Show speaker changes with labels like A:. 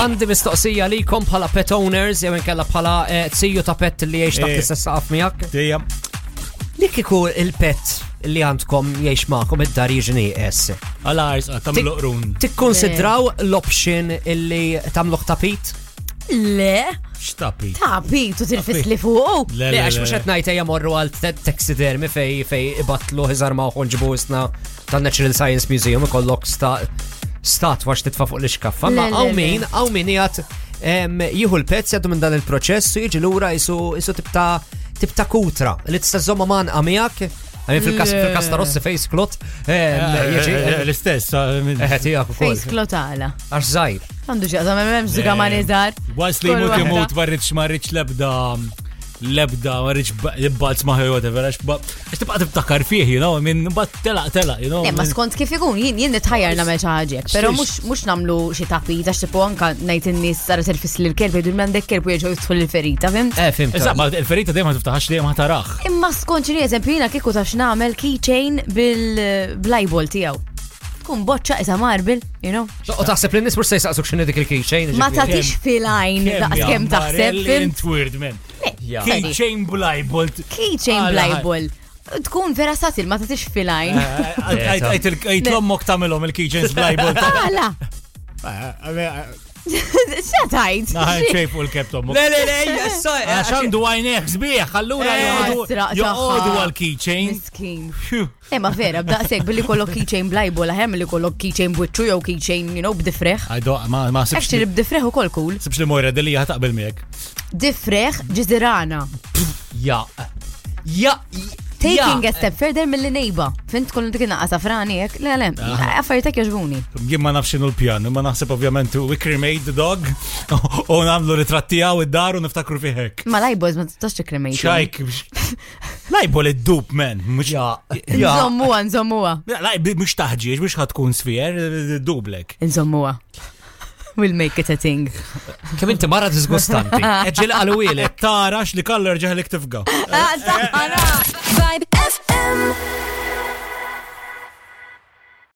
A: għandi mistoqsija li kom bħala pet owners, jew inkella bħala eh, tziju ta' pet li jiex taħt
B: Eh.
A: istess saqaf miegħek.
B: Dejjem.
A: Li kieku il-pet li għandkom jiex ma'kom id-dar jiġni es.
B: Għal-ars,
A: Ti-
B: kamlu qrun.
A: Tikkonsidraw l-option illi tamluħ tapit?
C: Le,
B: Xtapi.
C: tapi, tu tirfis li fuq. Oh,
B: Le,
A: Le,
B: le,
A: għax
B: le.
A: mux għetnajt eja morru għal te- taxidermi fej fej ibatlu hizar ma' uħonġibu isna tal-Natural Science Museum ikollok sta- stat wax titfa fuq l-iskaffa. Ma'
C: Le, le,
A: għaw
C: le.
A: min, għaw min jgħat jihu l-pezz jgħaddu minn dan il-proċess u jiġi l-ura jisu jisu tibta tibta kutra li tista' zomma man għamijak. Għamin fil-kas
C: Le.
A: fil-kas ta' Rossi fej sklot. Jiġi.
B: L-istess. ah, min-
A: Eħetijak u
C: Fejs
A: kol.
C: klotala.
A: Għax zaħir.
C: Għandu ġaqsa, ma' memx zuga ma' nizar.
B: Was li
C: Kull
B: mut
C: waħda.
B: imut marriċ marriċ lebda lebda marriċ jibbalz maħi whatever għax ba- għax tibqa tibtakar fih, you know, minn bat telaq telaq, you know.
C: Le, Eh, ma
B: min-
C: skont kif ikun, jien jien nitħajjar nagħmel xi ħaġek, però mhux mhux nagħmlu xi tapita xi anka ngħid in-nies sara tirfis lil kelb jgħidu m'għandek kelb u jerġgħu jidħol il-ferita, fim?
A: Eh, fim.
B: Issa, ma il-ferita dejjem ma tiftaħax dejjem ħatarax.
C: Imma skont xi eżempju jiena kieku taf x'nagħmel keychain bil-blajbol tiegħu. Tkun boċċa isa marbil, you know?
A: U taħseb li n-nis mux sejsaqsuk xinni dik il-keychain. jiġifieri.
C: Ma tatix filajn daqs kemm taħseb, fim?
B: Intwird, men.
A: Ja.
B: Keychain blajbolt.
C: Keychain blajbol. Tkun vera satil, ma tatix filajn.
B: Eh. Għajt l-ommok tamilom il-keychains blajbolt.
C: Għala, xatajt.
B: Naħan ċejfu l-kept ommok.
A: Le, le, le, Eh, jessa.
C: Ah,
B: Għaxandu għajnek sbieħ, għallura
A: Eh,
C: sraq
B: joqodu
C: taħħa.
B: għal-keychain.
C: Miskin. Ema vera, b'daqsek billi kollok keychain blajbu laħem li kollok keychain bwiċċu jew keychain, you know, b'difreħ.
B: Għajdu, ma ma sibx
C: Actually, b'difreħ u kol cool.
B: sibx li mojra deli ħataqbel miegħek.
C: Difreħ ġizirana.
A: Ja. Ja.
C: Taking a step further mill-li nejba. Fint kollu dik naqqa safrani jek, le le, affaritek jaġbuni.
B: Jien ma nafx inhu l-pjan, ma naħseb ovvjament we cremate the dog u nagħmlu ritrattija id-dar u niftakru fi hekk.
C: Ma lajboż ma tistax tikremejt.
B: Xajk. Lajbol id-dub men, mhux
A: Ja. Ja.
C: Nżommuwa, nżommuwa.
B: Lajb mhux taħġieġ, mhux ħatkun sfier, dublek.
C: Nżommuwa. We'll make it a thing.
A: Kem inti marra disgustanti. Eġil għal-wilek.
B: Tarax li kallu rġaħlek tifga.
C: Ah, saħħa,
D: Vibe